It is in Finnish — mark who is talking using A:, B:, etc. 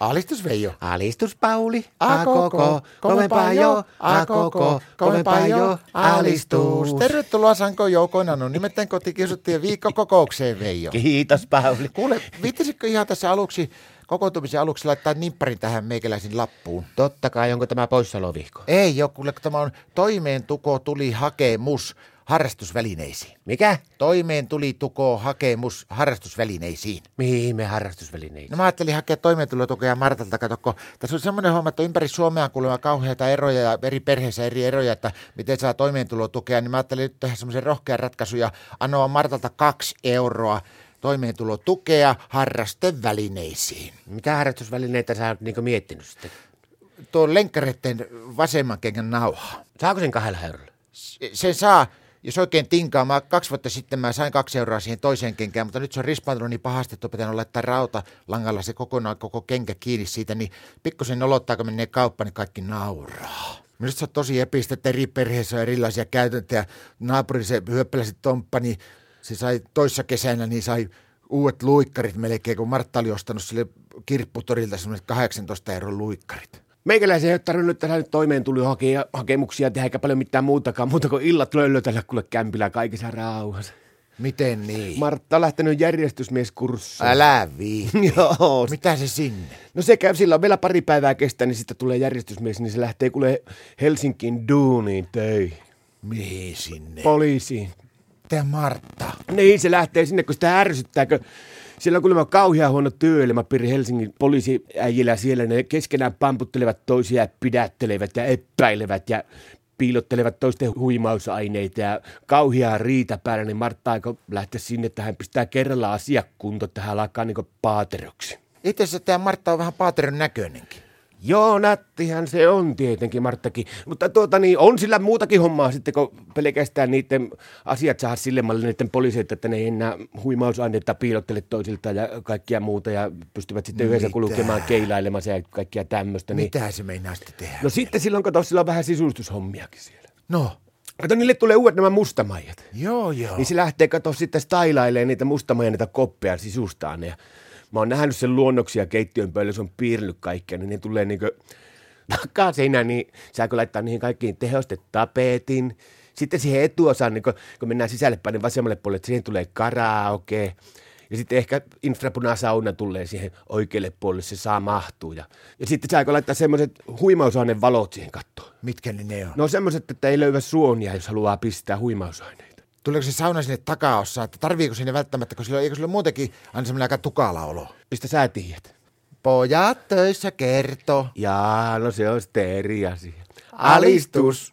A: Alistus Veijo.
B: Alistus Pauli,
A: A koko, kovempaa jo, a koko, kovempaa jo, alistus. Tervetuloa Sanko Joukonan, on nimittäin kotikiusottien viikkokokoukseen Veijo.
B: Kiitos Pauli.
A: Kuule, viittisitkö ihan tässä aluksi, kokoontumisen aluksi laittaa nimpparin tähän meikäläisin lappuun?
B: Totta kai, onko tämä poissaolovihko?
A: Ei joo, kuule, kun tämä on toimeentuko tuli hakemus harrastusvälineisiin.
B: Mikä?
A: Toimeen tuli tuko hakemus harrastusvälineisiin.
B: Mihin me harrastusvälineitä?
A: No mä ajattelin hakea toimeentulotukea Martalta, katokko. Tässä on semmoinen homma, että ympäri Suomea on kuulemma kauheita eroja ja eri perheissä eri eroja, että miten saa toimeentulotukea. Niin mä ajattelin nyt tehdä semmoisen rohkean ratkaisun ja anoa Martalta kaksi euroa toimeentulotukea harrastevälineisiin.
B: Mitä harrastusvälineitä sä oot niinku miettinyt sitten?
A: Tuo lenkkareiden vasemman kengän nauha.
B: Saako sen kahdella eurolla?
A: Se- Sen saa, jos oikein tinkaa. Mä kaksi vuotta sitten mä sain kaksi euroa siihen toiseen kenkään, mutta nyt se on rispaantunut niin pahasti, että on pitänyt laittaa rauta langalla se kokonaan koko kenkä kiinni siitä, niin pikkusen nolottaa, kun menee kauppaan, niin kaikki nauraa. Minusta se on tosi epistä, että eri perheissä on erilaisia käytäntöjä. Naapurin se hyöppäläsi tomppa, niin se sai toissa kesänä, niin sai uudet luikkarit melkein, kun Martta oli ostanut sille kirpputorilta semmoiset 18 euron luikkarit.
B: Meikäläisen ei ole tarvinnut tässä nyt toimeentulohakea- hakemuksia tehdä eikä paljon mitään muutakaan, muuta kuin illat löllötellä kuule kämpillä kaikessa rauhassa.
A: Miten niin?
B: Martta on lähtenyt järjestysmieskurssiin.
A: Älä vii.
B: Joo,
A: Mitä se sinne?
B: No se käy, sillä on vielä pari päivää kestää, niin sitten tulee järjestysmies, niin se lähtee kuule Helsinkiin duuniin töihin.
A: Mihin sinne?
B: Poliisiin.
A: Tämä Martta.
B: Niin, se lähtee sinne, kun sitä ärsyttääkö. Siellä on kuulemma kauhean huono työelämäpiiri Helsingin poliisiäijillä siellä. Ne keskenään pamputtelevat toisia, ja pidättelevät ja epäilevät ja piilottelevat toisten huimausaineita ja kauhiaa riita päällä, niin Martta aiko lähteä sinne, että hän pistää kerralla asiakunto, että hän alkaa niin paateroksi.
A: Itse asiassa tämä Martta on vähän paateron näköinenkin.
B: Joo, nättihän se on tietenkin, Marttakin. Mutta tuota niin, on sillä muutakin hommaa sitten, kun pelkästään niiden asiat saa sille mallille niiden poliisit, että ne ei enää huimausaineita piilottele toisilta ja kaikkia muuta ja pystyvät sitten yhdessä
A: Mitä?
B: kulkemaan keilailemassa ja kaikkia tämmöistä. Niin.
A: Mitä se meinaa sitten tehdä?
B: No sitten silloin, kato, sillä on vähän sisustushommiakin siellä.
A: No,
B: Kato, niille tulee uudet nämä mustamaijat.
A: joo joo.
B: Niin se lähtee katsoa sitten stailailemaan niitä mustamaja niitä koppeja sisustaan. Ja mä oon nähnyt sen luonnoksia keittiön pöydällä, se on piirrellyt kaikkea, niin ne tulee niinkö takaseinä, niin sääkö laittaa niihin kaikkiin tehostetapetin. Sitten siihen etuosaan, niin kun, kun mennään sisälle päin, niin vasemmalle puolelle, että siihen tulee karaoke. Ja sitten ehkä infrapunasauna tulee siihen oikealle puolelle, se saa mahtuu. Ja, ja sitten sääkö laittaa semmoiset huimausaineen valot siihen kattoon.
A: Mitkä ne ne on? No.
B: No semmoiset, että ei löyä suonia, jos haluaa pistää huimausaineita.
A: Tuleeko se sauna sinne takaossa, että tarviiko sinne välttämättä, kun sillä on, eikö sillä ole muutenkin aina semmoinen aika tukala olo?
B: Mistä sä tiedät?
A: Pojat töissä kertoo.
B: Jaa, no se on sitten eri asia.
A: Alistus.